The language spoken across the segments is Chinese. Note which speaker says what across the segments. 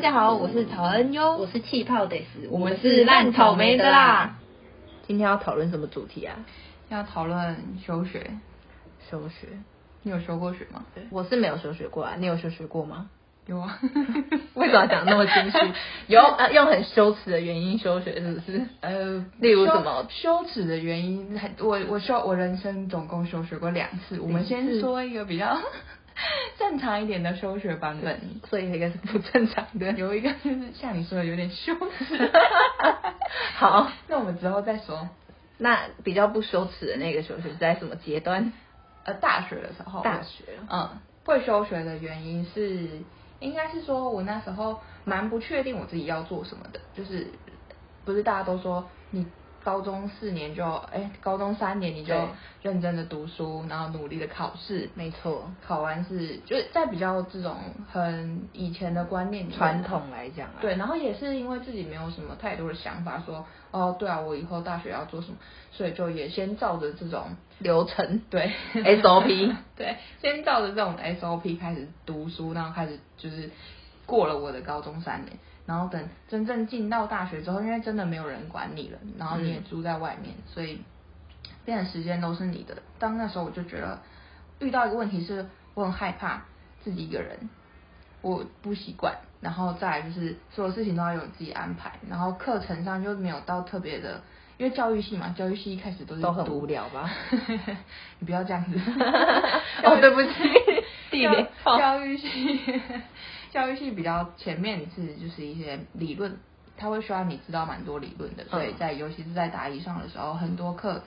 Speaker 1: 家好，我是曹恩优
Speaker 2: 我，是气泡得死，
Speaker 1: 我们是烂草莓的啦。。
Speaker 3: 今天要讨论什么主题啊？
Speaker 1: 要讨论休学，
Speaker 3: 休学。
Speaker 1: 你有休过学吗？
Speaker 3: 我是没有休学过啊，你有休学过吗？。
Speaker 1: 有啊
Speaker 3: 为什么要讲那么 清楚？有呃，用很羞耻的原因休学是不是？
Speaker 1: 呃，
Speaker 3: 例如什么
Speaker 1: 羞耻的原因？还我我休我人生总共休学过两次。我们先说一个比较 正常一点的休学版本。
Speaker 3: 所以应该是不正常的。
Speaker 1: 有一个就是像你说的有点羞耻，
Speaker 3: 好，
Speaker 1: 那我们之后再说。
Speaker 3: 那比较不羞耻的那个休学是在什么阶段？
Speaker 1: 呃，大学的时候，
Speaker 3: 大学
Speaker 1: 嗯，会休学的原因是，应该是说我那时候蛮不确定我自己要做什么的，就是不是大家都说你高中四年就哎，高中三年你就
Speaker 3: 对
Speaker 1: 认真的读书，然后努力的考试，
Speaker 3: 没错，
Speaker 1: 考完试就是在比较这种很以前的观念里面
Speaker 3: 传统来讲啊，
Speaker 1: 对，然后也是因为自己没有什么太多的想法说，哦，对啊，我以后大学要做什么，所以就也先照着这种
Speaker 3: 流程
Speaker 1: 对
Speaker 3: SOP
Speaker 1: 对，先照着这种 SOP 开始读书，然后开始就是过了我的高中三年，然后等真正进到大学之后，因为真的没有人管你了，然后你也
Speaker 3: 嗯
Speaker 1: 住在外面，所以变成时间都是你的。当那时候我就觉得遇到一个问题是，我很害怕自己一个人，我不习惯。然后再来就是所有事情都要有自己安排，然后课程上就没有到特别的，因为教育系嘛，教育系一开始都是
Speaker 3: 都很
Speaker 1: 读
Speaker 3: 无聊吧？。
Speaker 1: 你不要这样子
Speaker 3: 哦对不起 地雷炮
Speaker 1: 教教育系，教育系比较前面是就是一些理论，它会需要你知道蛮多理论的，所以
Speaker 3: 嗯
Speaker 1: 在尤其是在答疑上的时候，很多课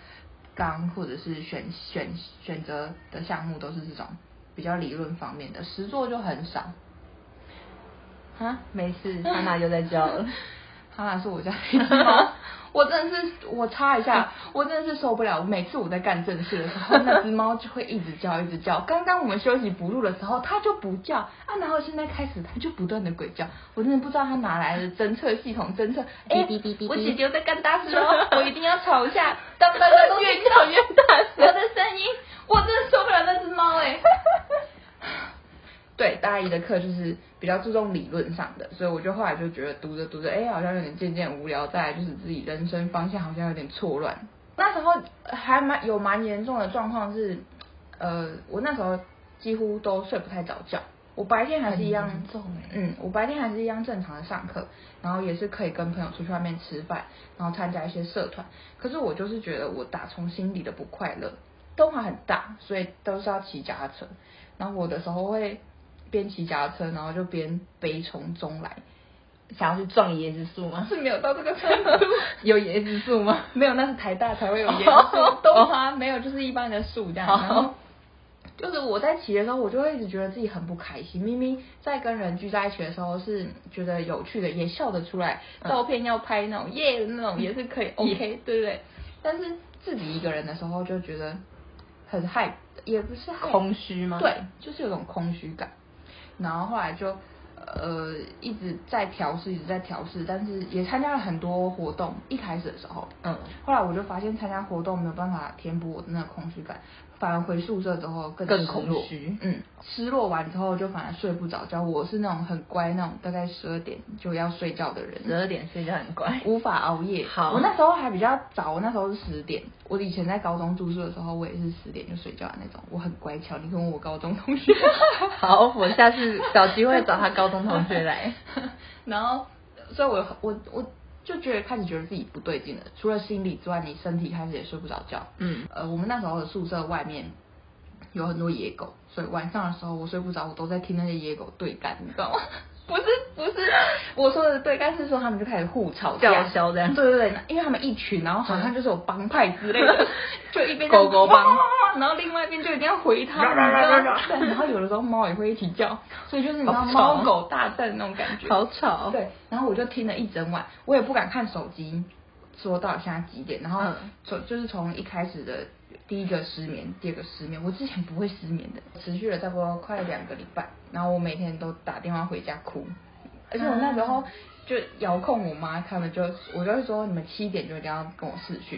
Speaker 1: 纲或者是选选选择的项目都是这种比较理论方面的，实作就很少。啊，
Speaker 3: 没 事，安娜又在叫 了。
Speaker 1: 哈娜是我家一只 猫，我真的是，我插一
Speaker 3: 嗯
Speaker 1: 下，我真的是受不了。每次我在干正事的时候，那只猫就会一直叫，一直叫。刚刚我们休息不录的时候，它就不叫啊，然后现在开始它就不断的鬼叫，我真的不知道它哪来的侦测系统侦测。哎、
Speaker 3: 哔哔哔哔哔
Speaker 1: 我姐姐在干大 事哦，我一定要吵一下，当当当， 越叫越大声，我的声音，我真的受不了那只猫哎、 对大一的课就是比较注重理论上的，所以我就后来就觉得读着读着，哎，好像有点渐渐无聊，再来就是自己人生方向好像有点错乱。那时候呃还蛮有蛮严重的状况是，呃，我那时候几乎都睡不太着觉，我白天还是一样
Speaker 3: 很严重欸
Speaker 1: 嗯，我白天还是一样正常的上课，然后也是可以跟朋友出去外面吃饭，然后参加一些社团。可是我就是觉得我打从心底的不快乐。东华很大，所以都是要骑脚踏车。然后我的时候会边骑脚踏车，然后就边悲从中来，
Speaker 3: 想要去撞椰子树 吗？
Speaker 1: 是没有到这个程度。
Speaker 3: 有椰子树 吗？哦
Speaker 1: 没有，那是台大才会有椰 子树，豆花没有，就是一般的树这样。然后就是我在骑的时候，我就会一直觉得自己很不开心。明明在跟人聚在一起的时候是觉得有趣的，也笑得出来，
Speaker 3: 嗯
Speaker 1: 照片要拍那种耶、那种也是可以 OK，对不对？但是自己一个人的时候就觉得很害，也不是害
Speaker 3: 空虚吗？
Speaker 1: 对，就是有种空虚感。然后后来就呃一直在调试，一直在调试，但是也参加了很多活动。一开始的时候，
Speaker 3: 嗯，
Speaker 1: 后来我就发现参加活动没有办法填补我的那个空虚感，反而回宿舍之后更
Speaker 3: 更
Speaker 1: 失
Speaker 3: 空
Speaker 1: 落
Speaker 3: 虚
Speaker 1: 嗯，失落完之后就反而睡不着觉。我是那种很乖那种，大概十二点就要睡觉的人，
Speaker 3: 十二点睡觉很乖。
Speaker 1: 无法熬夜。
Speaker 3: 好
Speaker 1: 我那时候还比较早，我那时候是十点。我以前在高中住宿的时候，我也是十点就睡觉的那种，我很乖巧。你跟我高中同学，
Speaker 3: 好，我下次找机会找他高中同学来。
Speaker 1: 然后，所以我我我就觉得开始觉得自己不对劲了，除了心理之外，你身体开始也睡不着觉。
Speaker 3: 嗯
Speaker 1: 呃，我们那时候的宿舍外面有很多野狗，所以晚上的时候我睡不着，我都在听那些野狗对干，你知道吗？不是不是，我说的对干是说他们就开始互吵架
Speaker 3: 叫嚣这样
Speaker 1: 对对对，因为他们一群，然后好像就是有帮派之类的，就一边这样
Speaker 3: 狗狗帮
Speaker 1: 汪汪汪汪然后另外一边就一定要回他，
Speaker 3: 嚷嚷嚷嚷嚷
Speaker 1: 你知道吗对，然后有的时候猫也会一起叫，所以就是你知道
Speaker 3: 好吵啊
Speaker 1: 猫狗大战那种感觉，
Speaker 3: 好吵
Speaker 1: 对，然后我就听了一整晚，我也不敢看手机，说到底现在几点。然后
Speaker 3: 嗯
Speaker 1: 从、就是从一开始的第一个失眠，第二个失眠，我之前不会失眠的，持续了差不多快两个礼拜。然后我每天都打电话回家哭，而且我那时候就遥控我妈，他们就我就会说你们七点就一定要跟我视讯。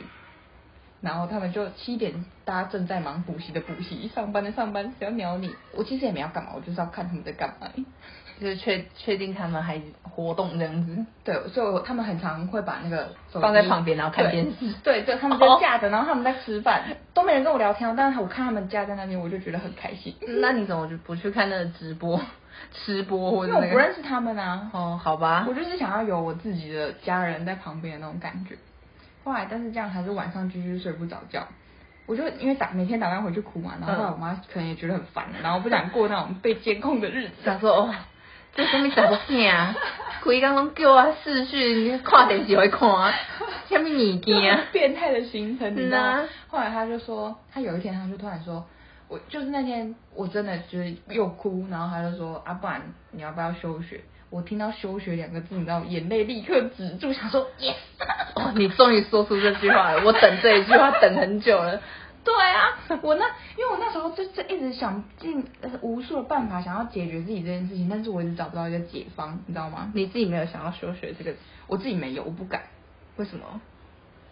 Speaker 1: 然后他们就七点大家正在忙补习的补习，上班的上班，谁要鸟你？我其实也没要干嘛，我就是要看他们在干嘛。
Speaker 3: 就是确确定他们还活动这样子。
Speaker 1: 对，所以我他们很常会把那个手机
Speaker 3: 放在旁边然后看电视 哦
Speaker 1: 对对，对，他们就架着，然后他们在吃饭，都没人跟我聊天哦，但是我看他们架在那边，我就觉得很开心，
Speaker 3: 那你怎么就不去看那个直播、吃播或
Speaker 1: 因为
Speaker 3: 者那
Speaker 1: 我
Speaker 3: 个？
Speaker 1: 不认识他们啊。
Speaker 3: 哦，好吧
Speaker 1: 我，就是想要有我自己的家人在旁边的那种感觉。后来，但是这样还是晚上继续睡不着觉。我就因为打每天打电话回去哭嘛，然后
Speaker 3: 嗯
Speaker 1: 后来我妈可能也觉得很烦，然后不想过那种被监控的日子。
Speaker 3: 想说哦，这什么杂 啊？规工拢叫我视讯看电视会看，啊什么物件啊？
Speaker 1: 变态的行程，你知道
Speaker 3: 嗯
Speaker 1: 吗
Speaker 3: 啊？
Speaker 1: 后来他就说，他有一天他就突然说，我就是那天我真的就是又哭，然后他就说啊，不然你要不要休学？我听到休学两个字，你知道，眼泪立刻止住，想说 yes，
Speaker 3: 哦，你终于说出这句话了，我等这一句话等很久了。
Speaker 1: 对啊，我那因为我那时候就是一直想尽呃无数的办法想要解决自己这件事情，但是我一直找不到一个解方，你知道吗？
Speaker 3: 你自己没有想要休学这个，
Speaker 1: 我自己没有，我不敢，
Speaker 3: 为什么？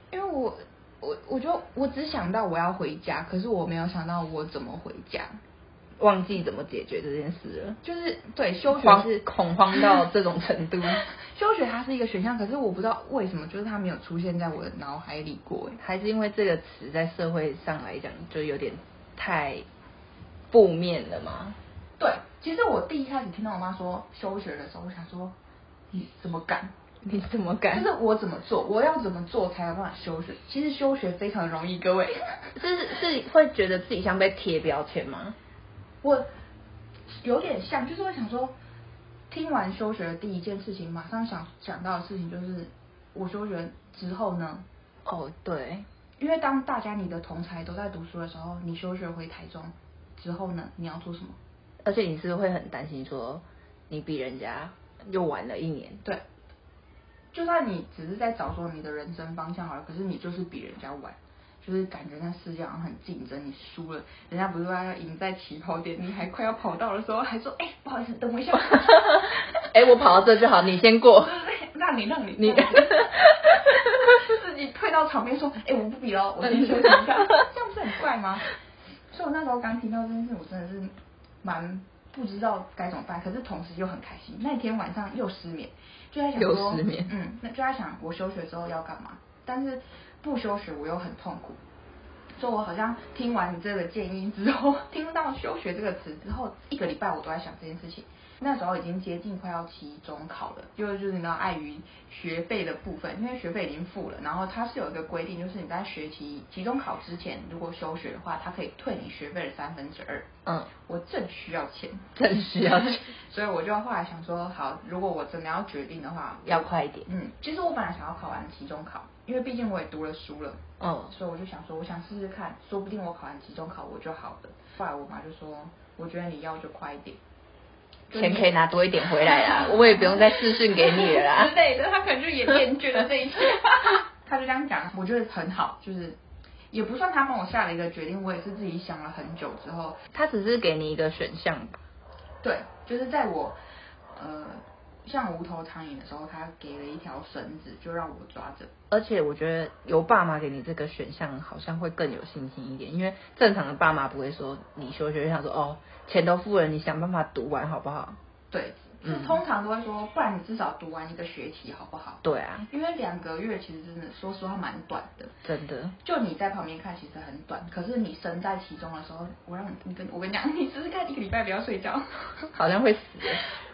Speaker 1: 因为我我我就我只想到我要回家，可是我没有想到我怎么回家，
Speaker 3: 忘记怎么解决这件事了，
Speaker 1: 就是对休学
Speaker 3: 慌
Speaker 1: 是
Speaker 3: 恐慌到这种程度，
Speaker 1: 休学它是一个选项，可是我不知道为什么就是它没有出现在我的脑海里过，哎
Speaker 3: 还是因为这个词在社会上来讲就有点太负面了嘛？
Speaker 1: 对，其实我第一开始听到我妈说休学的时候，我想说你怎么敢？
Speaker 3: 你怎么
Speaker 1: 就
Speaker 3: 敢？
Speaker 1: 是我怎么做，我要怎么做才有办法休学？其实休学非常容易，各位。
Speaker 3: 是是会觉得自己像被贴标签吗？
Speaker 1: 我有点像，就是我想说，听完休学的第一件事情，马上想想到的事情就是，我休学之后呢，
Speaker 3: 哦，对，
Speaker 1: 因为当大家你的同才都在读书的时候，你休学回台中之后呢，你要做什么？
Speaker 3: 而且你是会很担心说你比人家又晚了一年，
Speaker 1: 对，就算你只是在找说你的人生方向好了，可是你就是比人家晚，就是感觉那世界好像很竞争，你输了，人家不是要赢在起跑点，你还快要跑到的时候，还说哎、不好意思，等我一下，
Speaker 3: 哎、我跑到这就好，你先过。
Speaker 1: 让你让你
Speaker 3: 你
Speaker 1: 让你 自己退到场边说，哎、我不比了，我先休息一下， 这样不是很怪吗？ 所以我那时候刚听到这件事，我真的是蛮不知道该怎么办，可是同时又很开心。那天晚上又失眠，就在想
Speaker 3: 又
Speaker 1: 说，
Speaker 3: 失眠
Speaker 1: 嗯，那就在想我休学之后要干嘛，但是不休学我又很痛苦。所以我好像听完你这个建议之后， 听到“休学”这个词之后，一个礼拜我都在想这件事情。那时候已经接近快要期中考了，就是就是你知道碍于学费的部分，因为学费已经付了，然后它是有一个规定，就是你在学期期中考之前，如果休学的话，它可以退你学费的三分之二。
Speaker 3: 嗯，
Speaker 1: 我正需要钱，
Speaker 3: 真需要
Speaker 1: 所以我就后来想说，好，如果我真的要决定的话，
Speaker 3: 要快一点。
Speaker 1: 嗯，其实我本来想要考完期中考，因为毕竟我也读了书了，
Speaker 3: 嗯，
Speaker 1: 所以我就想说，我想试试看，说不定我考完期中考我就好了。后来我妈就说，我觉得你要就快一点，
Speaker 3: 嗯钱可以拿多一点回来 啦，我也不用再私讯给你了
Speaker 1: 之
Speaker 3: 啦。
Speaker 1: 类的，她可能就也厌倦了这一切。 她就这样讲，我觉得很好，就是也不算她帮我下了一个决定，我也是自己想了很久之后，
Speaker 3: 他只是给你一个选项，
Speaker 1: 对，就是在我呃像无头苍蝇的时候，她给了一条绳子，就让我抓着。
Speaker 3: 而且我觉得由爸妈给你这个选项，好像会更有信心一点，因为正常的爸妈不会说你休学就想说哦，钱都付了，你想办法读完好不好？
Speaker 1: 对，是
Speaker 3: 嗯
Speaker 1: 通常都会说，不然你至少读完一个学期好不好？
Speaker 3: 对啊，
Speaker 1: 因为两个月其实真的说实话蛮短的，
Speaker 3: 真的。
Speaker 1: 就你在旁边看其实很短，可是你身在其中的时候，我让你你跟我跟你讲，你试试看一个礼拜不要睡觉，
Speaker 3: 好像会死。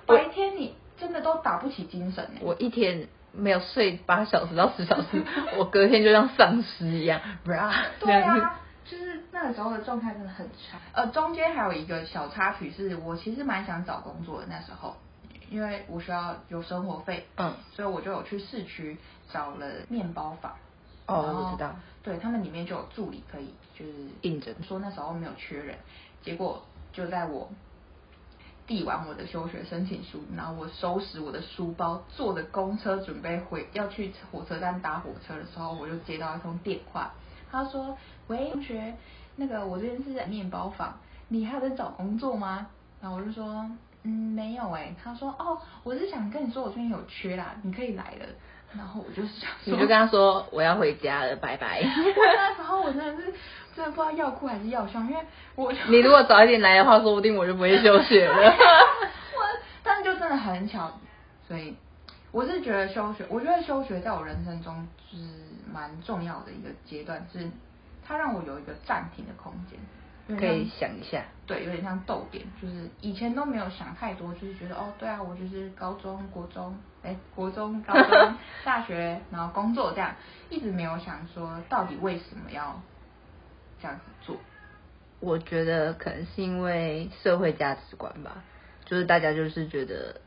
Speaker 3: 我
Speaker 1: 白天你真的都打不起精神欸
Speaker 3: 我一天没有睡八小时到十 小时，我隔天就像丧尸一样，
Speaker 1: 对
Speaker 3: 这样子
Speaker 1: 啊，就是那个时候的状态真的很差。呃，中间还有一个小插曲是，我其实蛮想找工作的那时候，因为我需要有生活费，
Speaker 3: 嗯，
Speaker 1: 所以我就有去市区找了面包房。
Speaker 3: 哦
Speaker 1: 然后
Speaker 3: 我知道。
Speaker 1: 对他们里面就有助理可以就是
Speaker 3: 应征
Speaker 1: 说那时候没有缺人，结果就在我。递完我的休学申请书，然后我收拾我的书包，坐着公车准备回要去火车站搭火车的时候，我就接到一通电话，他说：“喂，同学，那个我这边是在面包房，你还有在找工作吗？”然后我就欸说：“嗯，没有哎、他说：“哦，我是想跟你说我最近有缺啦，你可以来了。”然后我就是想
Speaker 3: 你
Speaker 1: 说，
Speaker 3: 就跟他说我要回家了，拜拜。
Speaker 1: 我那时候我真的是真的不知道要哭还是要笑，因为我 就
Speaker 3: 你如果早一点来的话，说不定我就不会休学 了。
Speaker 1: 我，但就真的很巧，所以我是觉得休学，我觉得休学在我人生中是蛮重要的一个阶段，是它让我有一个暂停的空间，有
Speaker 3: 可
Speaker 1: 点
Speaker 3: 以
Speaker 1: 像
Speaker 3: 想一下，
Speaker 1: 对，有点像逗点，就是以前都没有想太多，就是觉得哦，对啊，我就是高中、国中，哎，国中、高中、 大学，然后工作这样，一直没有想说到底为什么要这样子做。
Speaker 3: 我觉得可能是因为社会价值观吧，就是大家就是觉得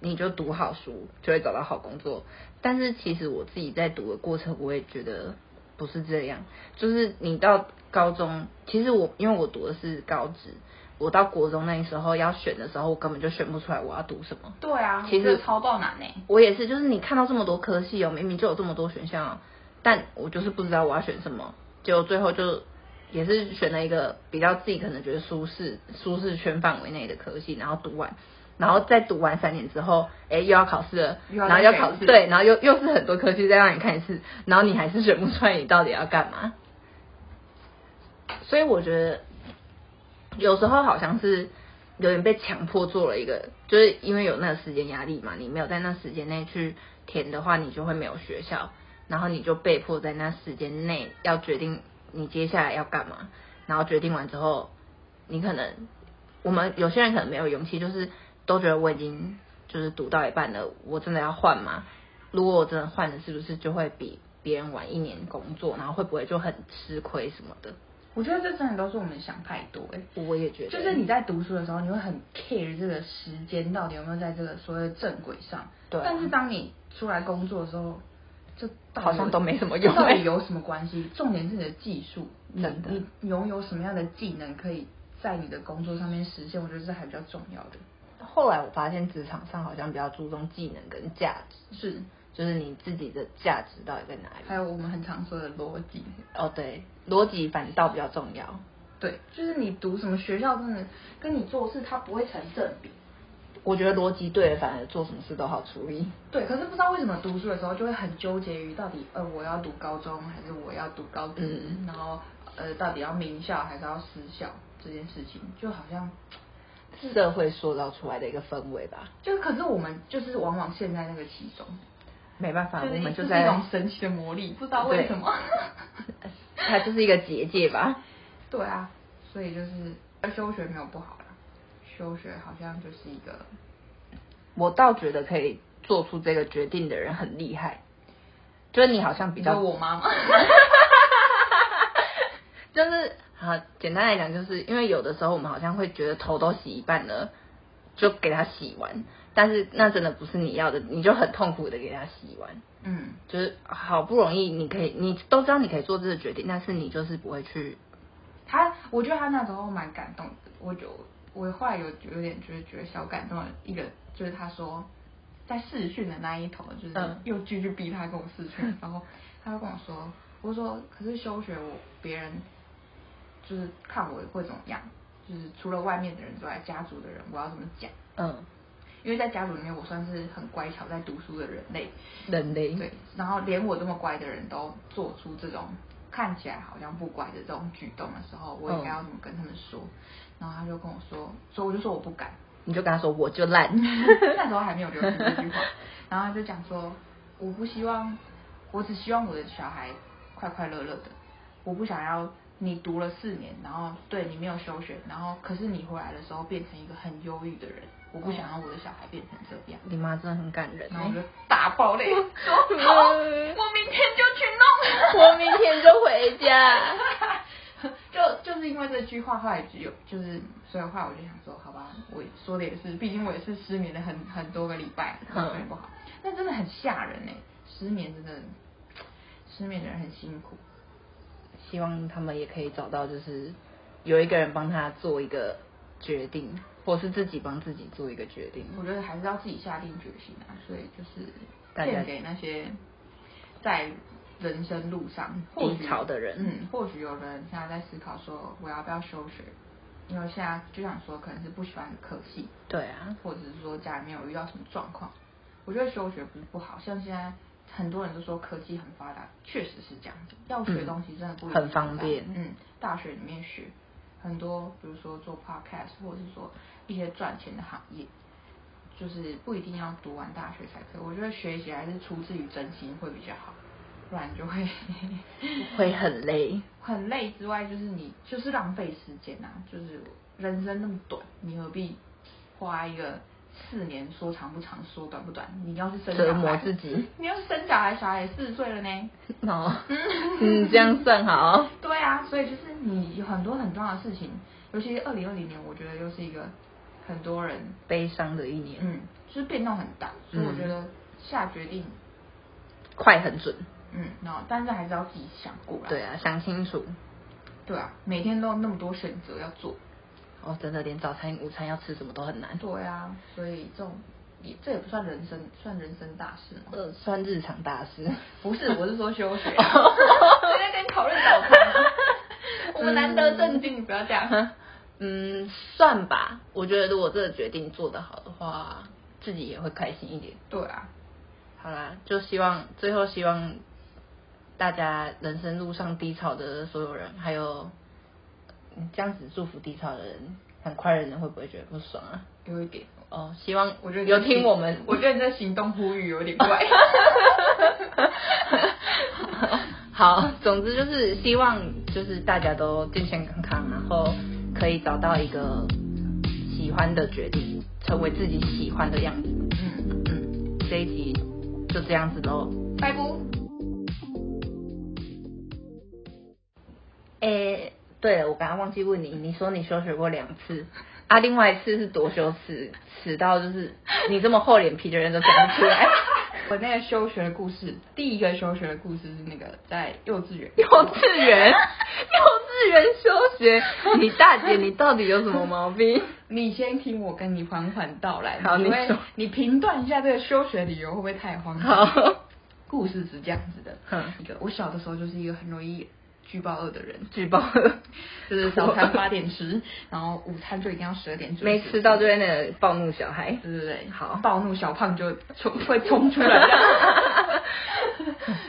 Speaker 3: 你就读好书就会找到好工作，但是其实我自己在读的过程，我也觉得不是这样。就是你到高中，其实我因为我读的是高职，我到国中那时候要选的时候，我根本就选不出来我要读什么。
Speaker 1: 对啊，
Speaker 3: 其实
Speaker 1: 我觉得超爆难呢、欸
Speaker 3: 我也是，就是你看到这么多科系哦，明明就有这么多选项哦，但我就是不知道我要选什么，结果最后就也是选了一个比较自己可能觉得舒适舒适圈范围内的科系，然后读完，然后再读完三年之后，哎，又要考试了，
Speaker 1: 又要
Speaker 3: 然后
Speaker 1: 再
Speaker 3: 要
Speaker 1: 选
Speaker 3: 考
Speaker 1: 一次
Speaker 3: 对，然后又又是很多科系再让你看一次，然后你还是选不出来你到底要干嘛，所以我觉得有时候好像是有点被强迫做了一个，就是因为有那个时间压力嘛，你没有在那时间内去填的话，你就会没有学校，然后你就被迫在那时间内要决定你接下来要干嘛，然后决定完之后，你可能我们有些人可能没有勇气，就是都觉得我已经就是读到一半了，我真的要换吗？如果我真的换了，是不是就会比别人晚一年工作，然后会不会就很吃亏什么的？
Speaker 1: 我觉得这真的都是我们想太多哎、
Speaker 3: 我也觉得，
Speaker 1: 就是你在读书的时候，你会很 care 这个时间到底有没有在这个所谓的正轨上。
Speaker 3: 对啊
Speaker 1: 但是当你出来工作的时候，这到底
Speaker 3: 好像都没什么用
Speaker 1: 这到
Speaker 3: 欸
Speaker 1: 底 有什么关系？重点是你的技术，你
Speaker 3: 真的
Speaker 1: 你拥有什么样的技能可以在你的工作上面实现？我觉得这还比较重要的。
Speaker 3: 后来我发现职场上好像比较注重技能跟价值，
Speaker 1: 是，
Speaker 3: 就是你自己的价值到底在哪
Speaker 1: 还
Speaker 3: 里？
Speaker 1: 有我们很常说的逻辑。
Speaker 3: 哦，对，逻辑反倒比较重要。
Speaker 1: 对，就是你读什么学校，真的跟你做事，它不会成正比。
Speaker 3: 我觉得逻辑对了，反而做什么事都好处理。
Speaker 1: 对，可是不知道为什么读书的时候就会很纠结于到底呃我要读高中还是我要读高职，
Speaker 3: 嗯
Speaker 1: 然后呃到底要名校还是要私校这件事情，就好像嗯
Speaker 3: 社会塑造出来的一个氛围吧，
Speaker 1: 就可是我们就是往往陷在那个其中，
Speaker 3: 没办法，
Speaker 1: 就是
Speaker 3: 我们
Speaker 1: 这一
Speaker 3: 就是在
Speaker 1: 种神奇的魔力，不知道为什么。
Speaker 3: 它就是一个结界吧。
Speaker 1: 对啊，所以就是呃休学没有不好啦，休学好像就是一个
Speaker 3: 我倒觉得可以做出这个决定的人很厉害，就是你好像比
Speaker 1: 比
Speaker 3: 较
Speaker 1: 较我妈妈。
Speaker 3: 就是啊，简单来讲，就是因为有的时候我们好像会觉得头都洗一半了，就给它洗完，但是那真的不是你要的，你就很痛苦的给它洗完。
Speaker 1: 嗯，
Speaker 3: 就是好不容易你可以，你都知道你可以做这个决定，但是你就是不会去。
Speaker 1: 他，我觉得他那时候蛮感动的，我就我后来有有点就是觉得小感动的一个，就是他说在试训的那一头，就是
Speaker 3: 嗯
Speaker 1: 又继续逼他跟我试训，然后他就跟我说，我就说可是休学我别人就是看我会怎么样，就是除了外面的人之外，家族的人我要怎么讲？
Speaker 3: 嗯，
Speaker 1: 因为在家族里面我算是很乖巧在读书的人类，
Speaker 3: 人类
Speaker 1: 对，然后连我这么乖的人都做出这种看起来好像不乖的这种举动的时候，我应该要怎么跟他们说？然后他就跟我说，所以我就说我不敢，
Speaker 3: 你就跟他说我就烂，
Speaker 1: 那时候还没有流行这句话，然后他就讲说，我不希望，我只希望我的小孩快快乐乐的，我不想要你读了四年，然后对你没有休学，然后可是你回来的时候变成一个很忧郁的人，我不想要我的小孩变成这样。
Speaker 3: 你妈真的很感人、欸
Speaker 1: 然后我就大爆 泪，说
Speaker 3: 嗯
Speaker 1: 好，我明天就去弄。
Speaker 3: 我明天就回家。
Speaker 1: 就就是因为这句话，后来就有就是，所以后来我就想说，好吧，我说的也是，毕竟我也是失眠了很很多个礼拜，
Speaker 3: 嗯
Speaker 1: 睡不好，但真的很吓人哎、失眠真的，失眠的人很辛苦。
Speaker 3: 希望他们也可以找到，就是有一个人帮他做一个决定，或是自己帮自己做一个决定。
Speaker 1: 我觉得还是要自己下定决心啊，所以就是
Speaker 3: 大家
Speaker 1: 献给那些在人生路上或许
Speaker 3: 低潮的人
Speaker 1: 嗯，或许有人现在在思考说我要不要休学，因为现在就想说可能是不喜欢的科系，
Speaker 3: 对啊，
Speaker 1: 或者是说家里面有遇到什么状况，我觉得休学不是不好，像现在很多人都说科技很发达，确实是这样子。要学东西真的不、
Speaker 3: 嗯很方便
Speaker 1: 嗯，大学里面学很多，比如说做 podcast，或者是说一些赚钱的行业，就是不一定要读完大学才可以。我觉得学习还是出自于真心会比较好，不然就会
Speaker 3: 会很 累。
Speaker 1: 很累之外，就是你就是浪费时间啊，就是人生那么短，你何必花一个四年说长不长，说短不短？你要是生小
Speaker 3: 折磨
Speaker 1: 孩，
Speaker 3: 自己
Speaker 1: 你要是生小孩，小孩也四十岁了呢。
Speaker 3: 哦，嗯，这样算好。
Speaker 1: 对啊，所以就是你有很多很重要的事情，尤其是二零二零年，我觉得又是一个很多人
Speaker 3: 悲伤的一年，
Speaker 1: 嗯，就是变动很大，所以我
Speaker 3: 嗯
Speaker 1: 觉得下决定，
Speaker 3: 快很准。
Speaker 1: 嗯，然后但是还是要自己想过来。
Speaker 3: 对啊，想清楚。
Speaker 1: 对啊，每天都有那么多选择要做。
Speaker 3: 哦，真的连早餐、午餐要吃什么都很难。
Speaker 1: 对啊，所以这种也这也不算人生，算人生大事吗？
Speaker 3: 呃，算日常大事。
Speaker 1: 不 是，我是说休学、啊， 在那边讨论早餐啊、我们难得正经，你不要这样。
Speaker 3: 嗯，算吧。我觉得如果这个决定做得好的话，自己也会开心一点。
Speaker 1: 对啊，
Speaker 3: 好啦，就希望最后希望大家人生路上低潮的所有人，还有嗯这样子祝福低潮的人，很快乐的人会不会觉得不爽啊？
Speaker 1: 有一点，
Speaker 3: 哦，希望
Speaker 1: 我觉得
Speaker 3: 有听我们，
Speaker 1: 我觉得你这行动呼吁有点 怪。
Speaker 3: 好，总之就是希望就是大家都健健康康，然后可以找到一个喜欢的决定，成为自己喜欢的样子。
Speaker 1: 嗯，
Speaker 3: 嗯，这一集就这样子喽。
Speaker 1: 拜拜。
Speaker 3: 诶、对了，我刚刚忘记问你，你说你休学过两次，啊，另外一次是多羞耻，耻到就是你这么厚脸皮的人都讲不出来。
Speaker 1: 我那个休学的故事，第一个休学的故事是那个在幼稚园，
Speaker 3: 幼稚园，幼稚园休学，你大姐你到底有什么毛病？
Speaker 1: 你先听我跟你缓缓道来，
Speaker 3: 好
Speaker 1: 你
Speaker 3: 你
Speaker 1: 会
Speaker 3: 说
Speaker 1: 你评断一下这个休学理由会不会太荒唐？
Speaker 3: 好，
Speaker 1: 故事是这样子的，
Speaker 3: 嗯
Speaker 1: 一个我小的时候就是一个很容易举报恶的人，
Speaker 3: 举报了，
Speaker 1: 就是早餐八点吃，然后午餐就一定要十二点准时
Speaker 3: 没吃到就会那个暴怒小孩。
Speaker 1: 对对对，
Speaker 3: 好
Speaker 1: 暴怒小胖就冲会冲出来这 样。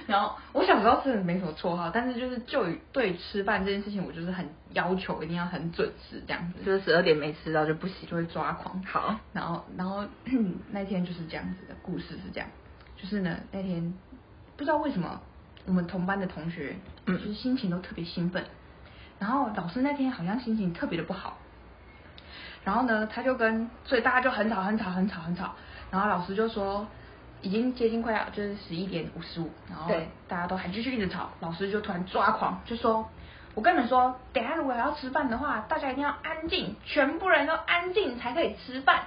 Speaker 1: 然后我小时候真的没什么绰号，但是就是就于对吃饭这件事情，我就是很要求一定要很准时这样子，
Speaker 3: 就是十二点没吃到就不行。
Speaker 1: 就会抓狂。
Speaker 3: 好，
Speaker 1: 然后然后嗯那天就是这样子的故事是这样，就是呢那天不知道为什么我们同班的同学就
Speaker 3: 嗯
Speaker 1: 是心情都特别兴奋，然后老师那天好像心情特别的不好，然后呢他就跟所以大家就很吵很吵很吵很吵，然后老师就说。已经接近快要就是十一点五十五，然后
Speaker 3: 对
Speaker 1: 大家都还继续一直吵，老师就突然抓狂，就说：“我跟你们说，等一下如果要吃饭的话，大家一定要安静，全部人都安静才可以吃饭。”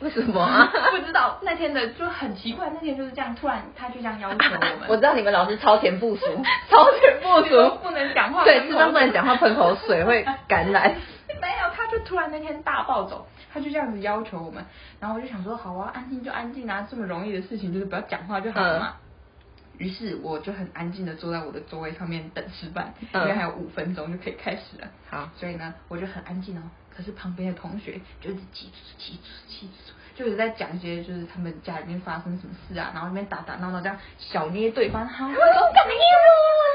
Speaker 3: 为什么啊？
Speaker 1: 不知道那天的就很奇怪，那天就是这样，突然他就这样要求 我们，
Speaker 3: 我 知道你们老师超前部署，啊 超前部署，
Speaker 1: 不能讲话
Speaker 3: 对，
Speaker 1: 喷
Speaker 3: 吃
Speaker 1: 口
Speaker 3: 饭不能
Speaker 1: 水
Speaker 3: 讲话，喷口水会感染。
Speaker 1: 没有，他就突然那天大暴走，他就这样子要求我们，然后我就想说，好啊，安静就安静啊，这么容易的事情就是不要讲话就好了嘛。
Speaker 3: 嗯
Speaker 1: 于是我就很安静的坐在我的座位上面等吃饭，因
Speaker 3: 嗯
Speaker 1: 为还有五分钟就可以开始了。
Speaker 3: 好
Speaker 1: 所以呢，我就很安静哦。可是旁边的同学就是记住、记住、记住，就是在讲一些就是他们家里面发生什么事啊，然后那边打打闹闹这样小捏对方，哈，我干你我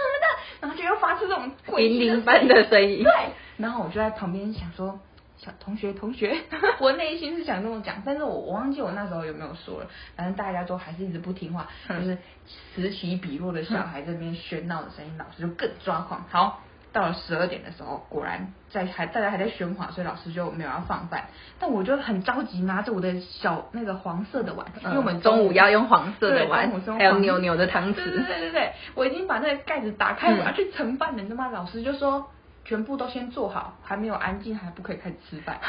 Speaker 1: 什么的，然后就又发出这种诡
Speaker 3: 银
Speaker 1: 异的
Speaker 3: 铃般的声音
Speaker 1: 对，然后我就在旁边想说，小同学同 学，我内心是想这么讲，但是我我忘记我那时候有没有说了，反正大家都还是一直不听话，
Speaker 3: 嗯
Speaker 1: 就是此起彼落的小孩这边喧闹的声音，老师就更抓狂。好。到了十二点的时候，果然在还大家还在喧哗，所以老师就没有要放饭。但我就很着急，拿着我的小那个黄色的碗，因为我们
Speaker 3: 嗯中午要用黄色的
Speaker 1: 对
Speaker 3: 碗
Speaker 1: 中午是用
Speaker 3: 还有
Speaker 1: 黄
Speaker 3: 牛牛的汤匙
Speaker 1: 对对对对对，我已经把那个盖子打开，
Speaker 3: 嗯
Speaker 1: 我要去盛饭了，你知道吗？老师就说全部都先做好，还没有安静，还不可以开始吃饭。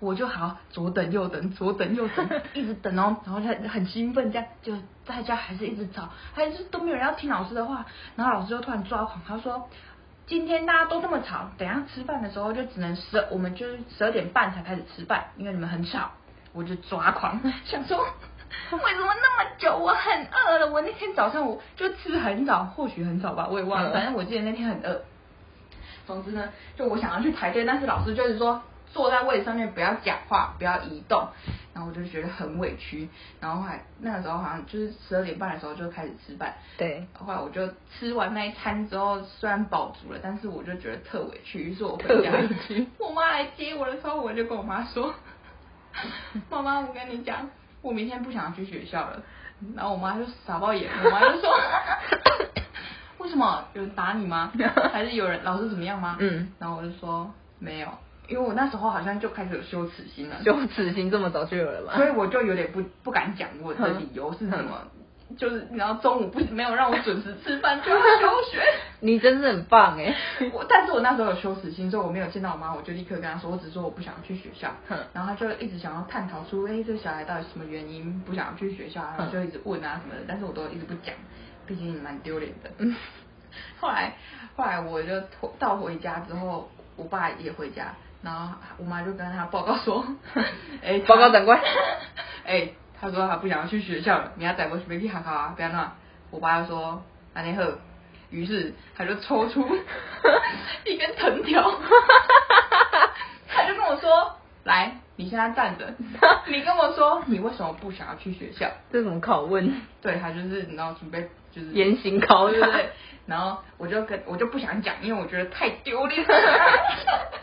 Speaker 1: 我就好左等右等，左等右等，一直等哦，然后就很很兴奋，这样就大家还是一直吵，还是都没有人要听老师的话，然后老师就突然抓狂，他说。今天大家都这么吵，等一下吃饭的时候就只能十，我们就是十二点半才开始吃饭，因为你们很吵，我就抓狂，想说 为什么那么久？我很饿了，我那天早上我就吃很早，或许很早吧，我也忘了，
Speaker 3: 嗯
Speaker 1: 反正我记得那天很饿。总之呢，就我想要去排队，但是老师就是说坐在位置上面，不要讲话，不要移动。然后我就觉得很委屈，然后后来那个时候好像就是十二点半的时候就开始吃饭，
Speaker 3: 对，
Speaker 1: 后来我就吃完那一餐之后，虽然饱足了，但是我就觉得特委屈，于是我
Speaker 3: 特
Speaker 1: 回家
Speaker 3: 委屈，
Speaker 1: 我妈来接我的时候，我就跟我妈说：“ 妈妈，我跟你讲，我明天不想去学校了。”然后我妈就傻爆眼，我妈就说：“ 为什么有人打你 吗？还是有人老师怎么样吗？”
Speaker 3: 嗯，
Speaker 1: 然后我就说没有，因为我那时候好像就开始有羞耻心了，
Speaker 3: 就此行这么早就有了吧？
Speaker 1: 所以我就有点不不敢讲我的理由是什么，就是然后中午不没有让我准时吃饭就要休学。
Speaker 3: 你真是很棒哎，
Speaker 1: 我但是我那时候有羞耻心，所以我没有见到我妈，我就立刻跟她说，我只说我不想去学校
Speaker 3: 嗯。
Speaker 1: 然后她就一直想要探讨出，哎、这小孩到底什么原因不想去学校啊，然后就一直问啊什么的，但是我都一直不讲，毕竟蛮丢脸的。
Speaker 3: 嗯，
Speaker 1: 后来后来我就到回家之后，我爸也回家，然后我妈就跟他报告说，哎、他
Speaker 3: 报告长官，
Speaker 1: 哎、他说他不想要去学校了，你要带我去别去哈考啊，不要闹。我爸就说，安尼好，于是他就抽 出一根藤条，他就跟我说，来，你现在站 着，你跟我说你为什么不想要去学校？
Speaker 3: 这种拷问，
Speaker 1: 对他就是你知道准备就是
Speaker 3: 严刑拷
Speaker 1: 对对
Speaker 3: 打
Speaker 1: 对，，然后我就跟我就不想讲，因为我觉得太丢 脸了。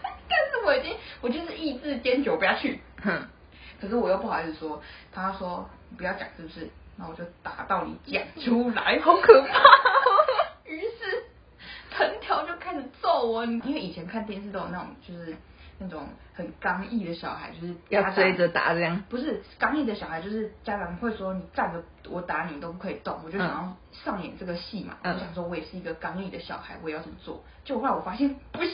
Speaker 1: 但是我已经我就是意志坚决不要去，
Speaker 3: 哼，
Speaker 1: 可是我又不好意思说。他说你不要讲是不是？然后我就打到你讲出来，
Speaker 3: 好可怕哦
Speaker 1: 于是藤条就开始揍我，因为以前看电视都有那种就是那种很刚毅的小孩，就是家
Speaker 3: 要
Speaker 1: 长
Speaker 3: 追着打这样，
Speaker 1: 不是刚毅的小孩，就是家长会说你站着我打你都不可以动，我就想要上演这个戏嘛。
Speaker 3: 嗯
Speaker 1: 我想说我也是一个刚毅的小孩，我也要这么做。结果后来我发现不行，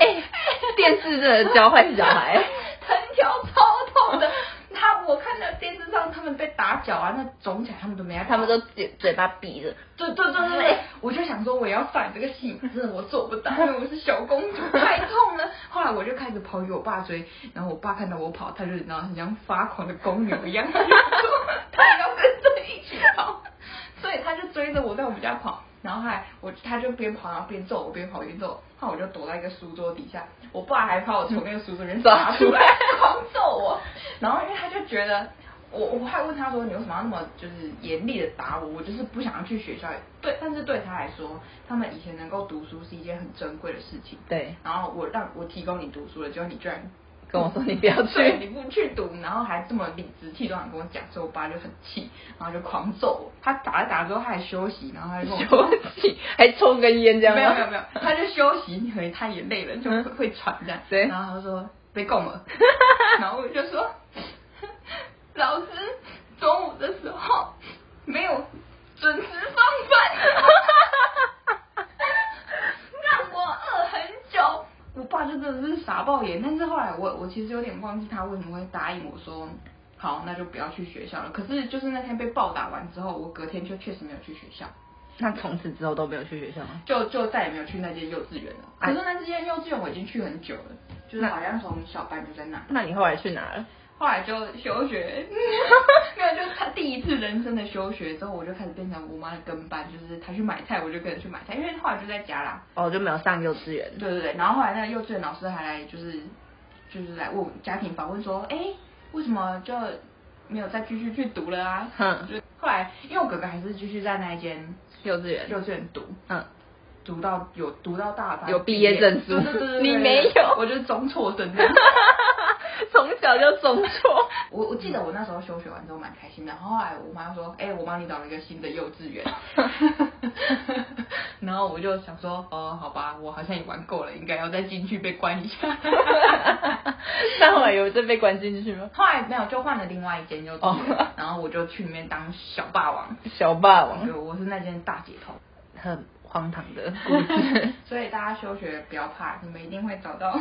Speaker 3: 哎， 电视真的教坏小孩，
Speaker 1: 藤条超痛的。他我看那电视上他们在打脚啊，那肿 起来他们都没在打，
Speaker 3: 他们都嘴嘴巴闭着，
Speaker 1: 对对对对对，我就想说我也要上演这个戏，真的我做不到，因为我是小公主，太痛了。后来我就开始跑给我爸追，然后我爸看到我跑，他就你知道很像发狂的公牛一样，他就说他也要跟着一起跑，所以他就追着我在我们家跑，然后后来我他就边跑然后边揍我，边跑边揍我，后来我就躲在一个书桌底下，我爸还把我从那个书桌里面
Speaker 3: 抓
Speaker 1: 抓
Speaker 3: 出
Speaker 1: 出
Speaker 3: 来
Speaker 1: 来，狂揍我，然后因为他就觉得。我我还问他说你为什么要那么就是严厉的打我？我就是不想要去学校。对，但是对他来说，他们以前能够读书是一件很珍贵的事情。
Speaker 3: 对，
Speaker 1: 然后我让我提供你读书了，结果你居 然
Speaker 3: 跟我说你不要
Speaker 1: 对
Speaker 3: 去，
Speaker 1: 你不去读，然后还这么理直气壮的跟我讲，所以我爸就很气，然后就狂揍我。他打着打着之后，他还休息，然后他就跟我说
Speaker 3: 休息还抽根烟这样
Speaker 1: 没
Speaker 3: 吗？
Speaker 1: 有没有没有，他就休息，因为他也累了，就会
Speaker 3: 嗯
Speaker 1: 会喘这样。
Speaker 3: 对
Speaker 1: 然后他说被供 了，然后我就说老师中午的时候没有准时放饭， 让我饿很久。我爸就真的是傻爆眼，但是后来我我其实有点忘记他为什么会答应我说。好，那就不要去学校了。可是就是那天被暴打完之后，我隔天就确实没有去学校。
Speaker 3: 那从此之后都没有去学校吗？
Speaker 1: 就就再也没有去那间幼稚园了。可
Speaker 3: 哎
Speaker 1: 是那间幼稚园我已经去很久了，就是好像从小班就在那，
Speaker 3: 那你后来去哪了？
Speaker 1: 后来就休学，没有，就是他第一次人生的休学之后，我就开始变成我妈的跟班，就是她去买菜，我就跟着去买菜，因为后来就在家啦。
Speaker 3: 哦，就没有上幼稚园
Speaker 1: 对，对对，然后后来那个幼稚园老师还来，就是就是来问我们家庭访问说，哎，为什么就没有再继续去读了啊？
Speaker 3: 哼
Speaker 1: 就后来因为我哥哥还是继续在那一间
Speaker 3: 幼稚园，
Speaker 1: 幼稚园读，
Speaker 3: 嗯，
Speaker 1: 读到有读到大班，
Speaker 3: 有毕业证书
Speaker 1: 对对对对对
Speaker 3: 你没有
Speaker 1: 我就是中辍生 这样。
Speaker 3: 从小就中错，
Speaker 1: 我我记得我那时候休学完之后蛮开心的，然后后来我妈说：“哎、我帮你找了一个新的幼稚 园。”然后我就想说：“哦，好吧，我好像也玩够了，应该要再进去被关一下。
Speaker 3: 那后来有再被关进去吗”？
Speaker 1: 后来没有，就换了另外一间幼稚园
Speaker 3: 哦嗯
Speaker 1: 然后我就去里面当小霸王，
Speaker 3: 小霸
Speaker 1: 我觉
Speaker 3: 王，
Speaker 1: 得我是那间大姐头。
Speaker 3: 很荒唐的故 事
Speaker 1: 。所以大家休学不要怕，你们一定会找到。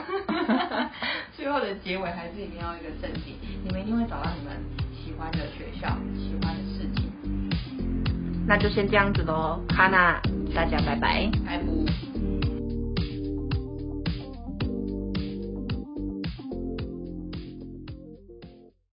Speaker 1: 最后的结尾还是一定要一个正经，你们一定会找到你们喜欢的学校、喜欢的事情。
Speaker 3: 那就先这样子喽，哈娜，大家拜拜。
Speaker 1: 还不。